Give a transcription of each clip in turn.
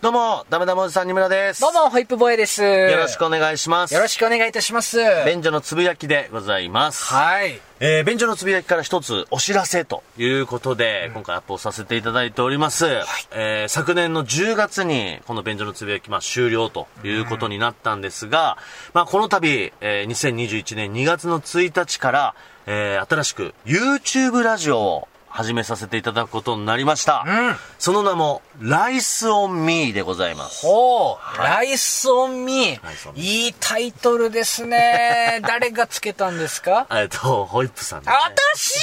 どうも、ダメダメおじさんにむらです。どうも、ホイップボーイです。よろしよくお願いします。ろしくお願いいたします。便所のつぶやきでございます。はい。えー、便所のつぶやきから一つお知らせということで、今回アップをさせていただいております。えー昨年の10月に、この便所のつぶやき、まあ、終了ということになったんですが、まあ、この度、えー2021年2月の1日から、えー新しく YouTube ラジオを始めさせていただくことになりました。んその名も、ライスオンミーでございます。おー、ライスオンミライスオンー。ミーいいタイトルです ね。誰がつけたんですかえっと、ホイップさんですねあたし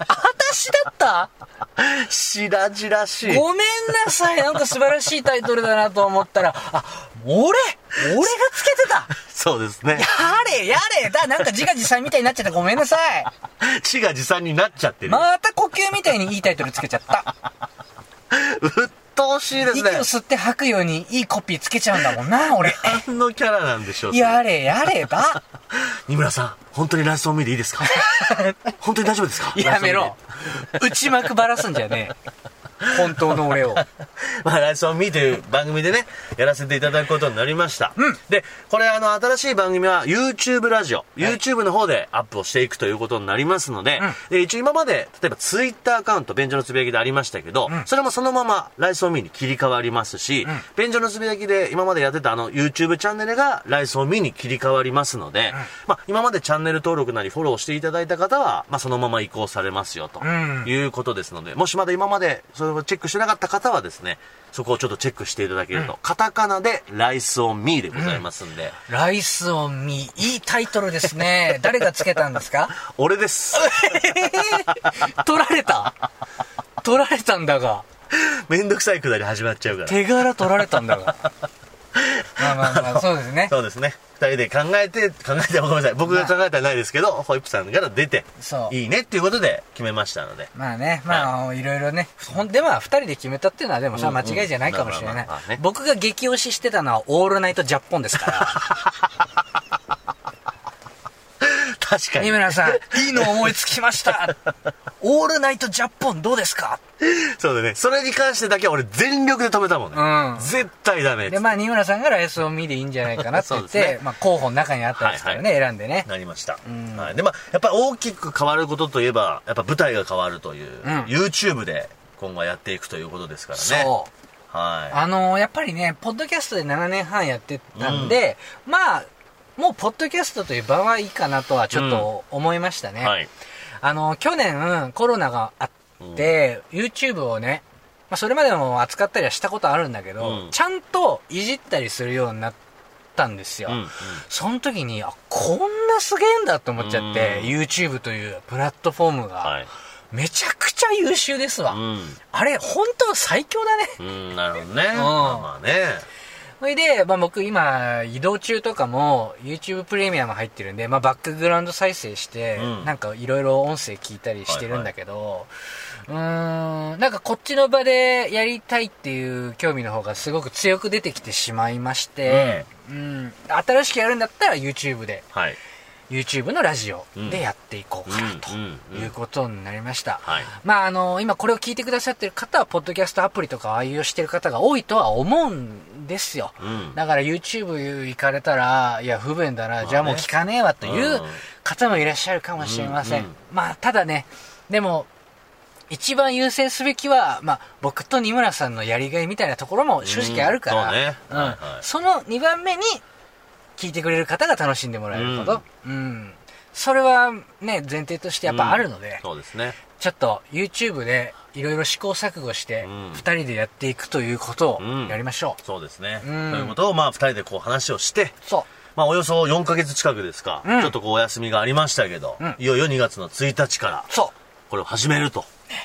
あたしだったしらじらしい。ごめんなさい。なんか素晴らしいタイトルだなと思ったら、あ、俺俺がつけてたそうですねや。れやれだなんか自画自賛みたいになっちゃった。ごめんなさい。死が自賛になっちゃってる。また呼吸みたいにいいタイトルつけちゃった。うっとうしいで息すをね。吸って吐くようにいいコピーつけちゃうんだもんな、俺。何のキャラなんでしょう。やれやれば。二村さん、本当にライスオンミーでいいです か本当に大丈夫ですか やめろライスオンミーで。内幕ばらすんじゃねえ。本当の俺を。 まあ、ライスオンミーという番組でね、やらせていただくことになりました。で、これ、あの、新しい番組は YouTube ラジオ、YouTube の方でアップをしていくということになりますので、で一応今まで、例えば Twitter アカウント、便所のつぶやきでありましたけど、それもそのままライスオンミーに切り替わりますし、便所のつぶやきで今までやってたあの YouTube チャンネルがライスオンミーに切り替わりますので、まあ、今までチャンネル登録なりフォローしていただいた方は、まあ、そのまま移行されますよと。んいうことですので、もしまだ今までそれをチェックしてなかった方はですね、そこをちょっとチェックしていただけると、カタカナでライスオンミーでございますんで、ライスオンミー、いいタイトルですね。誰がつけたんですか俺です。 取られた取られたんだが。 めんどくさいくだり始まっちゃうから。手柄取られたんだが。まあまあまあ、そうですね。そうですね。二人で考えて、考えて、ごめんなさい。僕が考えたらないですけど、ホイップさんから出てそ、ういいねっていうことで決めましたので。まあね、まあ、いろいろね。ほんで、まあ、二人で決めたっていうのは、でもさ、うんうん間違いじゃないかもしれなまあいまあまあね。僕が激推ししてたのは、オールナイトジャッポンですか。確からに二。村さん、いいの思いつきましたオールナイトジャッポンどうですかそうだね。それに関してだけは俺全力で止めたもんね。うん絶対ダメっつってで、まあ、二村さんがライスを見でいいんじゃないかなって言っそうですて、まあ、候補の中にあったんですからね、はい選んでね。なりました、んはい、でまあやっぱり大きく変わることといえばやっぱ舞台が変わるという、ん YouTube で今後はやっていくということですからねそう。はあのーやっぱりね、ポッドキャストで7年半やってたんで、まあ、もうポッドキャストという場はいいかなとはちょっと思いましたね。い、はい、あの、去年コロナがあって、YouTube をね、まあ、それまでも扱ったりはしたことあるんだけど、うんちゃんといじったりするようになったんですよ。うんうんその時に、あ、こんなすげえんだと思っちゃって、うん YouTube というプラットフォームが、はいめちゃくちゃ優秀ですわ。うあれ、本当最強だね。ん、うん、なるほどね、んまあねそれで、まあ、僕今移動中とかも YouTube プレミアム入ってるんで、まあ、バックグラウンド再生して、うんなんかいろいろ音声聞いたりしてるんだけど、うーんなんかこっちの場でやりたいっていう興味の方がすごく強く出てきてしまいまして、うん新しくやるんだったら YouTube ではい YouTube のラジオでやっていこうかなうんということになりました、はいまああの今これを聞いてくださってる方はポッドキャストアプリとかを愛用してる方が多いとは思うんですよ、うんだから YouTube 行かれたらいや不便だな、ねじゃあもう聞かねえわというん方もいらっしゃるかもしれません、うんうんまあただねでも一番優先すべきは、まあ、僕と二村さんのやりがいみたいなところも正直あるかうんそうねはいはらいうんその2番目に聞いてくれる方が楽しんでもらえること、うんそれはね前提としてやっぱあるので、うんそうですねちょっと YouTube でいろいろ試行錯誤してうん2人でやっていくということをうんやりましょう、そうですね、うんということをまあ2人でこう話をしてそうまあおよそ4ヶ月近くですか、うんちょっとこうお休みがありましたけど、うんいよいよ2月の1日からそうこれを始めると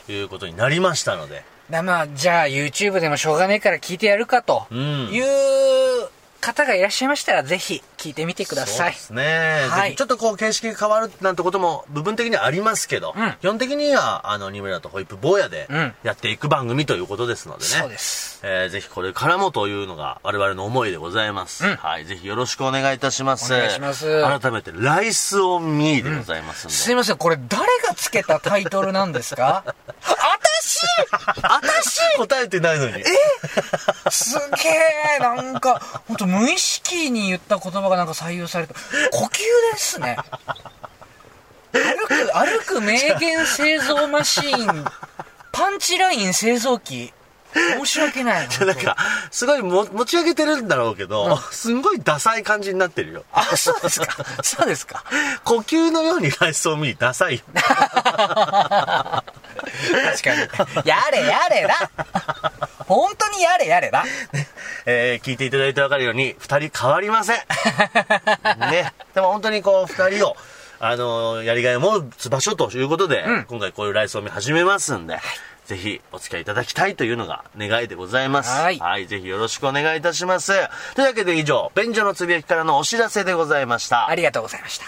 いうことになりましたので、だまあじゃあ YouTube でもしょうがねえから聞いてやるかとうんいう方がいらっしゃいましたらぜひ聞いてみてくださいそうですね、はいぜひちょっとこう形式が変わるなんてことも部分的にはありますけど、うん基本的にはあの二村とホイップ坊やでうんやっていく番組ということですのでね、そうですえーぜひこれからもというのが我々の思いでございます、うんはいぜひよろしくお願いいたしますお願いします改めて「ライスオンミーでございますんで、 すいませんこれ誰がつけたタイトルなんですかあたし私答えてないのに。すげえなんか、本当無意識に言った言葉がなんか採用された。呼吸ですね。歩く、歩く名言製造マシーン、パンチライン製造機。申し訳ない。じゃあ なんか、すごいも持ち上げてるんだろうけど、 すんごいダサい感じになってるよ。あ、そうですか。そうですか。呼吸のように外装見にダサいよ。確かに。やれやれだ。本当にやれやれだ。 えー聞いていただいてわかるように、二人変わり ません。ね。でも本当にこう、二人を、あのーやりがいを持つ場所ということで、今回こういうライスを見始めますんで、ぜひお付き合いいただきたいというのが願いでございます。はいぜひよろしくお願いいたします。というわけで以上、便所のつぶやきからのお知らせでございました。ありがとうございました。